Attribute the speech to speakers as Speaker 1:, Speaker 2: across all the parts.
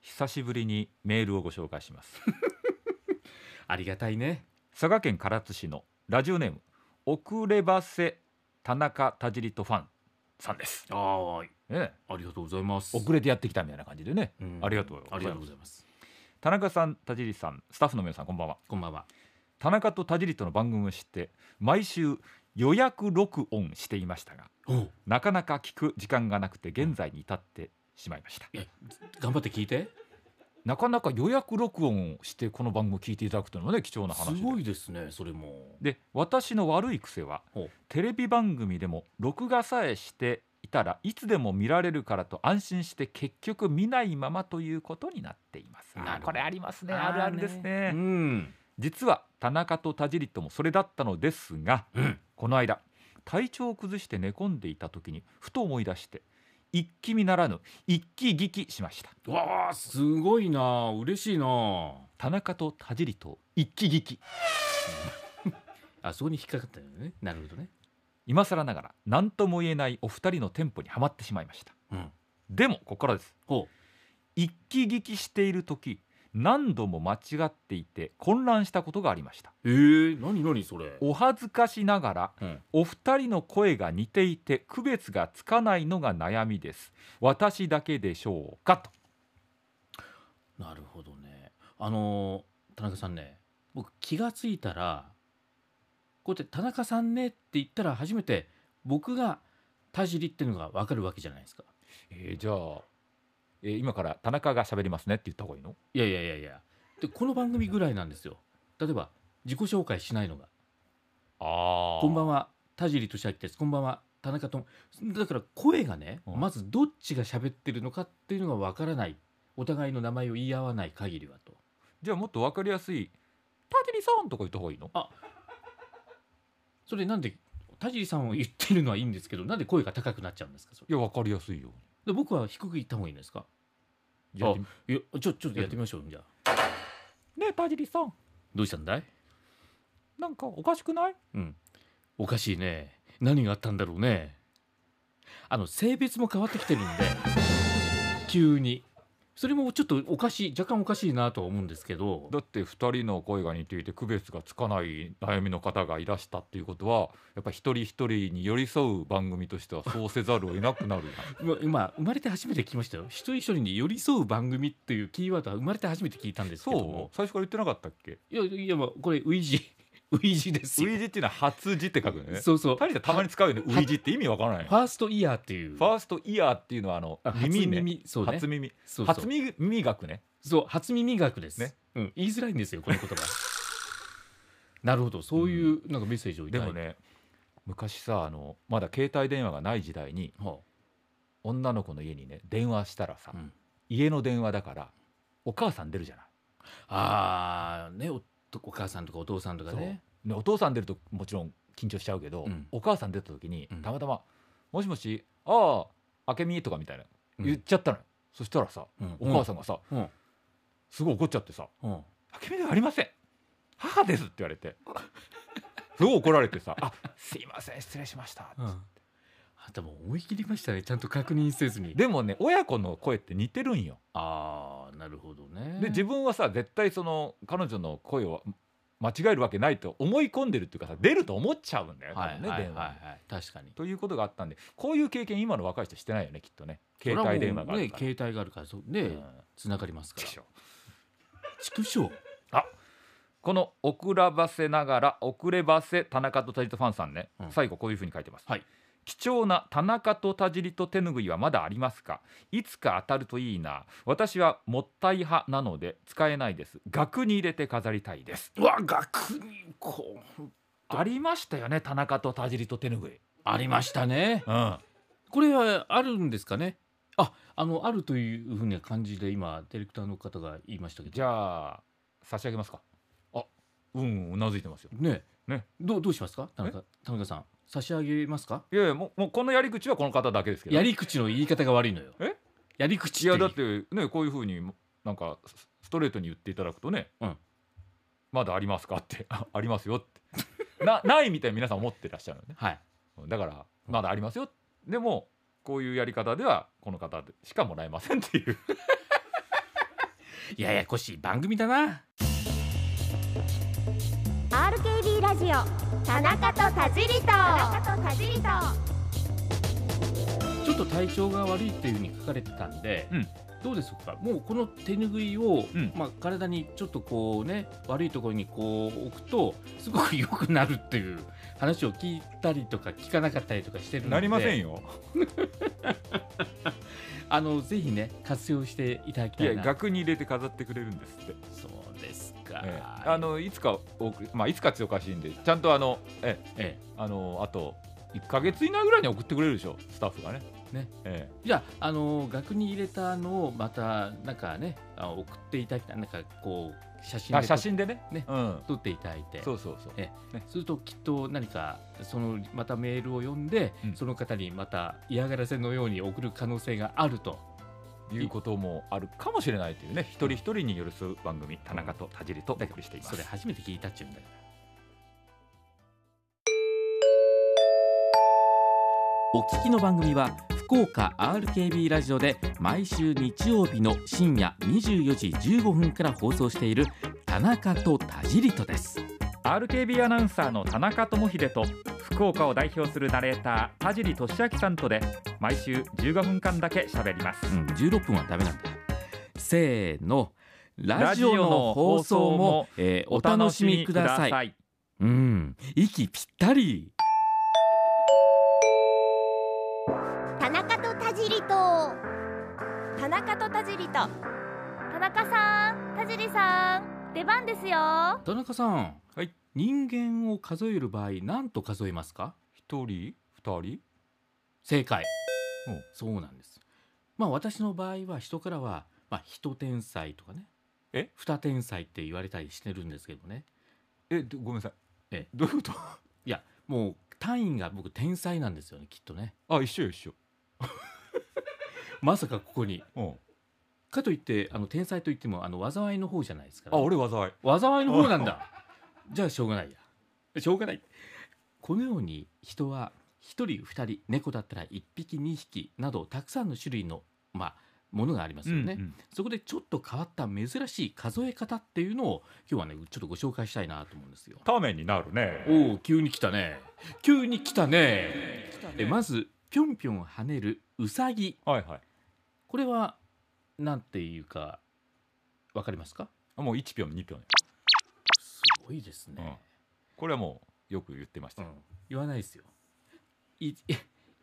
Speaker 1: 久しぶりにメールをご紹介します
Speaker 2: ありがたいね
Speaker 1: 佐賀県唐津市のラジオネーム遅ればせ田中田尻とファンさんです、
Speaker 2: あ
Speaker 1: ええ、
Speaker 2: あありがとうございます
Speaker 1: 遅れてやってきたみたいな感じでね
Speaker 2: うん
Speaker 1: ありがとうございます
Speaker 2: ありがとうございます
Speaker 1: 田中さん田尻さんスタッフの皆さんこんばんは
Speaker 2: こんばんは
Speaker 1: 田中と田尻との番組を知って毎週予約録音していましたが
Speaker 2: お
Speaker 1: なかなか聞く時間がなくて現在に至ってしまいました
Speaker 2: 頑張って聞いて
Speaker 1: なかなか予約録音をしてこの番組を聞いていただくというのもね貴重な話
Speaker 2: す
Speaker 1: で
Speaker 2: ごいですねそれも
Speaker 1: で私の悪い癖は
Speaker 2: ほう
Speaker 1: テレビ番組でも録画さえしていたらいつでも見られるからと安心して結局見ないままということになっています
Speaker 2: なるほ
Speaker 1: あ
Speaker 2: ど
Speaker 1: これありますね
Speaker 2: ー
Speaker 1: あるあるですね
Speaker 2: うん
Speaker 1: 実は田中と田尻ともそれだったのですが
Speaker 2: うん
Speaker 1: この間体調を崩して寝込んでいた時にふと思い出して一気見ならぬ一気聞きしました
Speaker 2: うわあすごいな嬉しいな
Speaker 1: 田中と田尻と一気聞き
Speaker 2: あそこに引っかかったよねなるほどね
Speaker 1: 今更ながら何とも言えないお二人のテンポにはまってしまいました
Speaker 2: うん
Speaker 1: でもここからです
Speaker 2: ほ
Speaker 1: 一気聞きしている時何度も間違っていて混乱したことがありました
Speaker 2: うえー、何何それ
Speaker 1: お恥ずかしながら
Speaker 2: うん
Speaker 1: お二人の声が似ていて区別がつかないのが悩みです私だけでしょうかと
Speaker 2: なるほどねあのー田中さんね僕気がついたらこうやって「田中さんね」って言ったら初めて僕が田尻っていうのが分かるわけじゃないですか
Speaker 1: えーじゃあ、えー今から田中が喋りますねって言った方がいいの
Speaker 2: いやいやいやいやでこの番組ぐらいなんですよ例えば自己紹介しないのが
Speaker 1: あ
Speaker 2: 「こんばん
Speaker 1: は
Speaker 2: は田尻俊明ですこんばんは田中とだから声がね
Speaker 1: うん
Speaker 2: まずどっちが喋ってるのかっていうのが分からないお互いの名前を言い合わない限りはと
Speaker 1: じゃあもっとわかりやすい「田尻さん」とか言った方がいいの
Speaker 2: それなんで田尻さんを言ってるのはいいんですけどなんで声が高くなっちゃうんですかそれ
Speaker 1: いやわかりやすいよ
Speaker 2: で僕は低く言った方がいいんですか
Speaker 1: じゃあ
Speaker 2: あいやちょちょっとやってみましょうじゃあ
Speaker 1: ねえ田尻さん
Speaker 2: どうしたんだい
Speaker 1: なんかおかしくない
Speaker 2: うんおかしいね何があったんだろうねあの性別も変わってきてるんで急にそれもちょっとおかしい若干おかしいなとは思うんですけど
Speaker 1: だって二人の声が似ていて区別がつかない悩みの方がいらしたっていうことはやっぱり一人一人に寄り添う番組としてはそうせざるを得なくなるやん
Speaker 2: 今今生まれて初めて聞きましたよ一人一人に寄り添う番組っていうキーワードは生まれて初めて聞いたんですけど
Speaker 1: そ
Speaker 2: も
Speaker 1: う最初から言ってなかったっけ
Speaker 2: いやいやまあこれウイジ ウイジですよ
Speaker 1: 類似っていうのは初字って書くよね
Speaker 2: そうそう
Speaker 1: 二人でたまに使うよね類似って意味わからない
Speaker 2: ファーストイヤーっていう
Speaker 1: ファーストイヤーっていうのはあの
Speaker 2: あ
Speaker 1: 耳ね
Speaker 2: 初耳そうね
Speaker 1: 初耳
Speaker 2: そうそう
Speaker 1: 初耳耳学ね
Speaker 2: そう初耳学です、
Speaker 1: ね
Speaker 2: うん、言いづらいんですよこの 言葉なるほどそういうなんかメッセージをい
Speaker 1: で
Speaker 2: ただい
Speaker 1: も
Speaker 2: て、
Speaker 1: ね昔さあのまだ携帯電話がない時代に
Speaker 2: は
Speaker 1: 女の子の家にね電話したらさ、
Speaker 2: うん
Speaker 1: 家の電話だからお母さん出るじゃない
Speaker 2: あ、あーねおお母さんとかお父さんとかね
Speaker 1: ね、お父さん出るともちろん緊張しちゃうけど、
Speaker 2: うん
Speaker 1: お母さん出た時に
Speaker 2: うん
Speaker 1: たまたま「もしもしああ明美」とかみたいな
Speaker 2: うん
Speaker 1: 言っちゃったのよ、そしたらさ
Speaker 2: うん
Speaker 1: お母さんがさ、
Speaker 2: うん
Speaker 1: すごい怒っちゃってさ
Speaker 2: うんうん
Speaker 1: 「明美ではありません母です」って言われて すごい怒られてさ「あすいません失礼しました」
Speaker 2: あんたもう思い切りましたねちゃんと確認せずに
Speaker 1: でもね親子の声って似てるんよ
Speaker 2: ああなるほどね
Speaker 1: で自分はさ絶対その彼女の声を間違えるわけないと思い込んでるっていうかさ出ると思っちゃうんだよね、
Speaker 2: はいは
Speaker 1: 多分
Speaker 2: い
Speaker 1: ね
Speaker 2: はい、
Speaker 1: 電話に
Speaker 2: はい、確かに
Speaker 1: ということがあったんでこういう経験今の若い人してないよねきっとね携帯電話がある
Speaker 2: ね
Speaker 1: から、
Speaker 2: 携帯があるからそう
Speaker 1: う
Speaker 2: で
Speaker 1: ん
Speaker 2: つながりますか
Speaker 1: で
Speaker 2: ら
Speaker 1: しょ
Speaker 2: 畜生
Speaker 1: この遅らばせながら遅ればせ田中と田尻とファンさんね、
Speaker 2: うん
Speaker 1: 最後こういうふうに書いてます、
Speaker 2: はい
Speaker 1: 貴重な田中と田尻と手ぬぐいはまだありますかいつか当たるといいな私はもったい派なので使えないです額に入れて飾りたいです
Speaker 2: うわ額にこう
Speaker 1: ありましたよね田中と田尻と手ぬぐい、
Speaker 2: ありましたね
Speaker 1: うん、
Speaker 2: これはあるんですかねああのあるというふうな感じで今ディレクターの方が言いましたけど
Speaker 1: じゃあ差し上げますかあうんうなずいてますよ
Speaker 2: ね
Speaker 1: ね
Speaker 2: どうどうしますか田中田中さん差し上げますか
Speaker 1: いやいやもうもうこのやり口はこの方だけですけど
Speaker 2: やり口の言い方が悪いのよ
Speaker 1: え
Speaker 2: やり口
Speaker 1: いやだっててねこういうふうになんかスストレートに言っていただくとね、
Speaker 2: うん
Speaker 1: まだありますかって あありますよってな ないみたいに皆さん思ってらっしゃるのね
Speaker 2: はい
Speaker 1: だからまだありますよでもこういうやり方ではこの方しかもらえませんっていう
Speaker 2: ややこしい番組だな
Speaker 3: RKB ラジオ田中と田尻と田中と田尻と
Speaker 2: ちょっと体調が悪いっていうふうに書かれてたんで、
Speaker 1: うん
Speaker 2: どうでしょうかもうこの手ぬぐいを、
Speaker 1: うん
Speaker 2: まあ、体にちょっとこうね悪いところにこう置くとすごく良くなるっていう話を聞いたりとか聞かなかったりとかしてるの で
Speaker 1: なりませんよ
Speaker 2: あのぜひね活用していただき
Speaker 1: い
Speaker 2: た
Speaker 1: や
Speaker 2: いな
Speaker 1: 額に入れて飾ってくれるんですって、
Speaker 2: そうですか、
Speaker 1: ええあのいつかお送り、まあ、いつかっておかしいんでちゃんとあのええ
Speaker 2: え
Speaker 1: あのあと1か月以内ぐらいに送ってくれるでしょスタッフがね
Speaker 2: ね
Speaker 1: え
Speaker 2: えじゃああの額に入れたのをまたなんかねあ送っていただきたいなんかこう写
Speaker 1: え
Speaker 2: 真
Speaker 1: あ
Speaker 2: で
Speaker 1: 写真でね
Speaker 2: ね
Speaker 1: うん、
Speaker 2: 撮っていただいて
Speaker 1: そうそうそう
Speaker 2: えするときっと何かそのまたメールを読んで、
Speaker 1: うん
Speaker 2: その方にまた嫌がらせのように送る可能性があると
Speaker 1: いうこともあるかもしれないというね一人一人に寄り添う番組田中と田尻とお送りしています
Speaker 2: それ初めて聞いたっちゅうんだからお聞きの番組は福岡 RKB ラジオで毎週日曜日の深夜24時15分から放送している田中と田尻とです
Speaker 1: RKB アナウンサーの田中智秀と福岡を代表するナレーター田尻俊明さんとで毎週15分間だけ喋ります、
Speaker 2: うん、16分はダメなんだせーのラジオの放送もえーお楽しみください
Speaker 1: い
Speaker 2: うん息ぴったり
Speaker 3: 田中と田尻と田中と田尻と田中さん田尻さん出番ですよ
Speaker 2: 田中さん、
Speaker 1: はい
Speaker 2: 人間を数える場合何と数えますか
Speaker 1: 一人二人
Speaker 2: 正解
Speaker 1: お
Speaker 2: そうなんですまあ私の場合は人からは、まあ、人天才とかね
Speaker 1: え
Speaker 2: 二天才って言われたりしてるんですけどね
Speaker 1: えどごめんなさい
Speaker 2: え
Speaker 1: どういうこ
Speaker 2: いやもう単位が僕天才なんですよねきっとね
Speaker 1: とあ一緒よ一緒
Speaker 2: まさかここに
Speaker 1: うん
Speaker 2: かといってあの天才といってもあの災いの方じゃないですから
Speaker 1: あ
Speaker 2: ね、
Speaker 1: 俺災い
Speaker 2: 災いの方なんだじゃあしょうがないやしょうがないこのように人は一人二人猫だったら一匹二匹などたくさんの種類のまあものがありますよね、
Speaker 1: うんうん
Speaker 2: そこでちょっと変わった珍しい数え方っていうのを今日はねちょっとご紹介したいなと思うんですよ
Speaker 1: ためになるね
Speaker 2: おお急に来たね急に来たねえまずぴょんぴょん跳ねるうさぎ
Speaker 1: はいはい
Speaker 2: これはなんていうかわかりますか
Speaker 1: あもう一票二票ね
Speaker 2: すごいですね、
Speaker 1: うんこれはもうよく言ってまし
Speaker 2: う
Speaker 1: た、
Speaker 2: ん、言わないですよ。い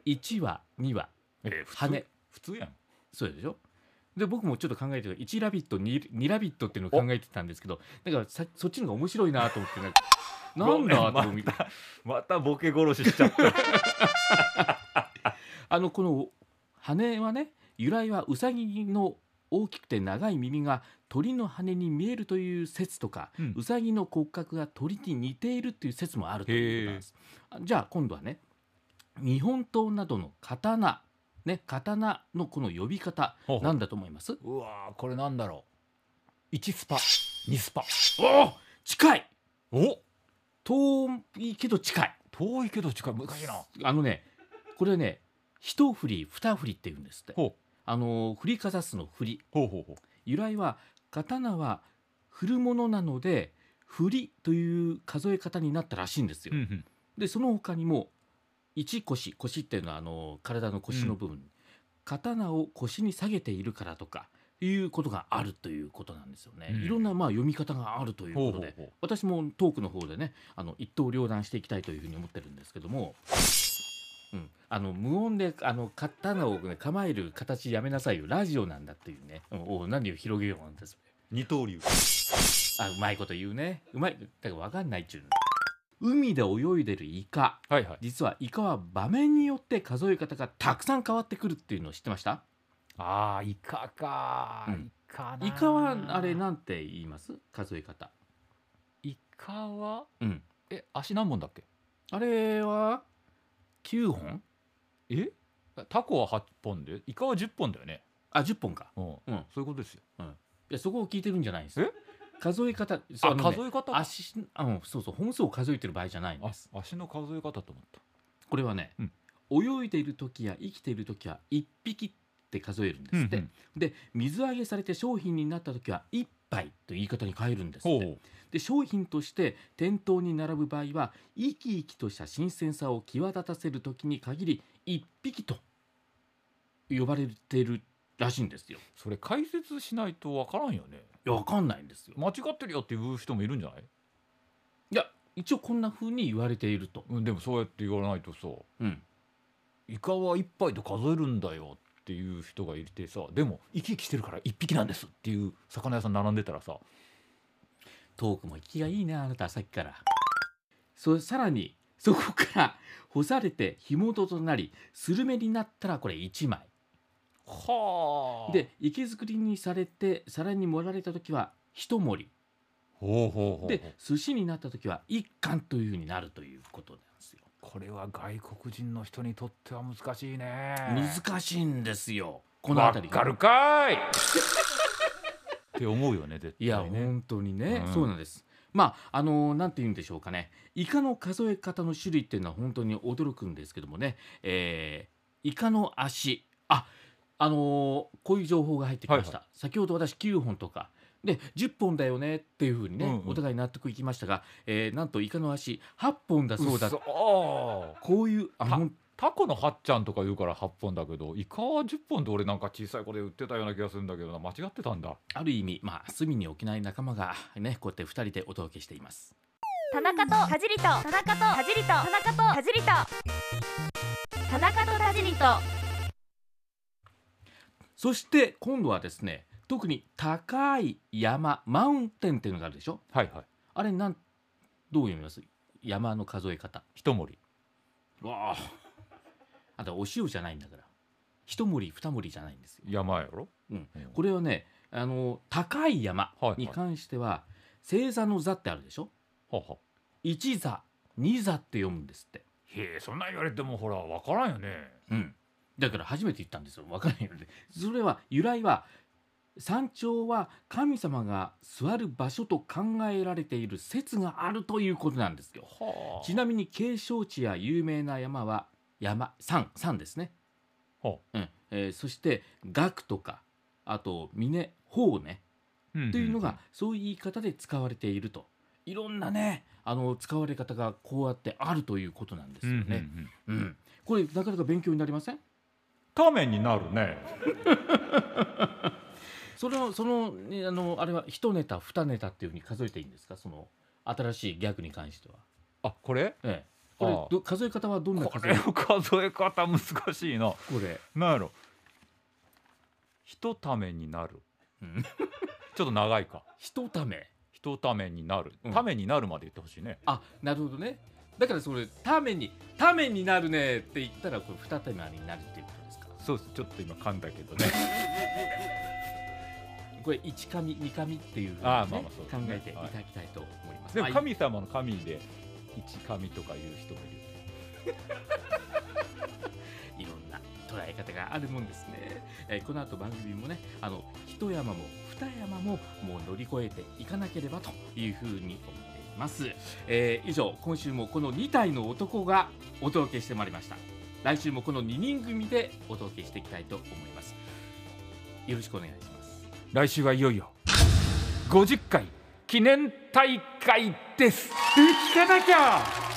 Speaker 2: 1話2話
Speaker 1: え普通
Speaker 2: 羽
Speaker 1: 普通やん
Speaker 2: そうでしょで僕もちょっと考えてた1ラビット 2, 2ラビットっていうのを考えてたんですけどだからさそっちの方が面白いなと思ってなんかなんだと
Speaker 1: ご
Speaker 2: 思
Speaker 1: め
Speaker 2: っ
Speaker 1: んまたまたボケ殺ししちゃ った
Speaker 2: あのこの羽はね由来はウサギの大きくて長い耳が鳥の羽に見えるという説とか、
Speaker 1: うん
Speaker 2: ウサギの骨格が鳥に似ているという説もあるということなんです。あじゃあ今度はね日本刀などの刀ね刀のこの呼び方
Speaker 1: ほうほう
Speaker 2: なんだと思います
Speaker 1: うわーこれなんだろう1スパ2スパ
Speaker 2: おお近い
Speaker 1: お
Speaker 2: 遠いけど近い
Speaker 1: 遠いけど近い難しいな
Speaker 2: あのねこれね一振り二振りって言うんですって
Speaker 1: ほう
Speaker 2: あの振りかざすの振り
Speaker 1: ほうほうほう
Speaker 2: 由来は刀は振るものなので振りという数え方になったらしいんですよ。
Speaker 1: うんうん
Speaker 2: でその他にも一腰腰っていうのはあの体の腰の部分、刀を腰に下げているからとかいうことがあるということなんですよね。
Speaker 1: うん
Speaker 2: いろんなまあ読み方があるという
Speaker 1: ほう
Speaker 2: こ
Speaker 1: ほ
Speaker 2: と
Speaker 1: う
Speaker 2: で。
Speaker 1: ほう
Speaker 2: 私もトークの方でねあの一刀両断していきたいというふうに思ってるんですけども、うん、あの無音であの刀を、ね、構える形やめなさいよラジオなんだっていうね、うんおう何を広げようなんです
Speaker 1: 二刀流
Speaker 2: あうまいこと言うねうまいだから分かんないっちゅうの海で泳いでるイカ
Speaker 1: はいはい
Speaker 2: 実はイカは場面によって数え方がたくさん変わってくるっていうのを知ってました
Speaker 1: あーイカかー、
Speaker 2: うん
Speaker 1: イカなー
Speaker 2: イカはあれなんて言います数え方
Speaker 1: イカは
Speaker 2: うん
Speaker 1: え足何本だっけ
Speaker 2: あれは9本
Speaker 1: えタコは八本でイカは十本だよね
Speaker 2: あ10本か
Speaker 1: うん、
Speaker 2: うん
Speaker 1: そういうことですよ
Speaker 2: いやそこを聞いてるんじゃないんですよ
Speaker 1: え
Speaker 2: 数え方
Speaker 1: あ
Speaker 2: あのね
Speaker 1: 数え方か
Speaker 2: 足あのそうそう本数を数えてる場合じゃないん
Speaker 1: あ
Speaker 2: です
Speaker 1: 足の数え方と思った
Speaker 2: これはね、
Speaker 1: うん
Speaker 2: 泳いでいる時や生きている時は1匹って数えるんで
Speaker 1: うん
Speaker 2: す
Speaker 1: う
Speaker 2: って、
Speaker 1: ん
Speaker 2: で水揚げされて商品になった時は1杯という言い方に変えるんですっ
Speaker 1: ほ
Speaker 2: て
Speaker 1: う
Speaker 2: で商品として店頭に並ぶ場合は生き生きとした新鮮さを際立たせる時に限り1匹と呼ばれてるらしいんですよ。
Speaker 1: それ解説しないとわからんよね
Speaker 2: いやわかんないんですよ。
Speaker 1: 間違ってるよっていう人もいるんじゃない、
Speaker 2: いや一応こんな風に言われていると。
Speaker 1: うん、でもそうやって言わないとさ
Speaker 2: うん、
Speaker 1: イカは一杯と数えるんだよっていう人がいてさでも生き生きしてるから一匹なんですっていう魚屋さん並んでたらさ
Speaker 2: トークも生きがいいなあなたさっきから。そさらにそこから干されて干元となりスルメになったらこれ1枚。
Speaker 1: はあ
Speaker 2: で池作りにされて皿に盛られた時は一盛り
Speaker 1: ほうほうほうほう
Speaker 2: で寿司になった時は一貫というふうになるということなんですよ。
Speaker 1: これは外国人の人にとっては難しいね
Speaker 2: 難しいんですよこの辺りが
Speaker 1: わかるかーいって思うよね絶対
Speaker 2: いや、
Speaker 1: ね
Speaker 2: 本当にね、
Speaker 1: うん
Speaker 2: そうなんですまああのなんて言うんでしょうかねイカの数え方の種類っていうのは本当に驚くんですけどもね、えーイカの足ああのーこういう情報が入ってきました、先ほど私9本とかで10本だよねっていうふうにね、
Speaker 1: うんうん
Speaker 2: お互い納得いきましたが、えーなんとイカの足8本だそうだ
Speaker 1: っそ
Speaker 2: こういうあ
Speaker 1: は
Speaker 2: ほん
Speaker 1: タコのはっちゃんとか言うから8本だけどイカは10本で俺なんか小さい子で売ってたような気がするんだけどな間違ってたんだ
Speaker 2: ある意味、まあ、隅に置けない仲間がねこうやって2人でお届けしています。
Speaker 3: 田中と田尻と田中と田尻と田中と田尻と田中と田尻と
Speaker 2: そして今度はですね特に高い山マウンテンっていうのがあるでしょ
Speaker 1: はいはい
Speaker 2: あれなんどう読みます山の数え方
Speaker 1: 一盛り
Speaker 2: わああとお塩じゃないんだから一盛り二盛りじゃないんですよ
Speaker 1: 山やろ、
Speaker 2: うんこれはねあの高い山
Speaker 1: はいはい
Speaker 2: に関しては星座の座ってあるでしょ
Speaker 1: はは
Speaker 2: 一座二座って読むんですって
Speaker 1: へえそんなん言われてもほらわからんよね
Speaker 2: うん、だから初めて言ったんですよ分からないよね それは由来は山頂は神様が座る場所と考えられている説があるということなんですよ
Speaker 1: はあ
Speaker 2: ちなみに景勝地や有名な山は山山山ですね、
Speaker 1: ほ
Speaker 2: うんえーそして岳とかあと峰峰ね
Speaker 1: み
Speaker 2: というのがそういう言い方で使われているといろんなねあの使われ方がこうやってあるということなんですよね、うんこれなかなか勉強になりません
Speaker 1: ためになるね
Speaker 2: そのその,、ね、あのあれは一ネタ二ネタっていうふうに数えていいんですかその新しいギャグに関しては、
Speaker 1: あこれ
Speaker 2: ええ、こ
Speaker 1: ああ
Speaker 2: れど数え方はどんな
Speaker 1: こ
Speaker 2: 数え
Speaker 1: れ
Speaker 2: 方
Speaker 1: の数え方難しいな
Speaker 2: これ
Speaker 1: なんやろひとためになる
Speaker 2: う ん
Speaker 1: ちょっと長いか
Speaker 2: 一ため
Speaker 1: ひとためになる、
Speaker 2: うん
Speaker 1: ためになるまで言ってほしいね
Speaker 2: あなるほどねだからそれためにためになるねって言ったらこれ二ためになるっていうことですか
Speaker 1: そうですちょっと今噛んだけどね
Speaker 2: これ一神二神っていうふうに、ね
Speaker 1: ああまあまあそうです
Speaker 2: 考
Speaker 1: ね
Speaker 2: えていただきたいと思いま す、
Speaker 1: でも
Speaker 2: あ
Speaker 1: 神様の神で一神とかいう人もいる
Speaker 2: いろんな捉え方があるもんですね、えーこの後番組もねあの一山も二山ももう乗り越えていかなければというふうに思っています、えー以上今週もこの2体の男がお届けしてまいりました来週もこの2人組でお届けしていきたいと思いますよろしくお願いします
Speaker 1: 来週はいよいよ50回記念大会です聞かなきゃ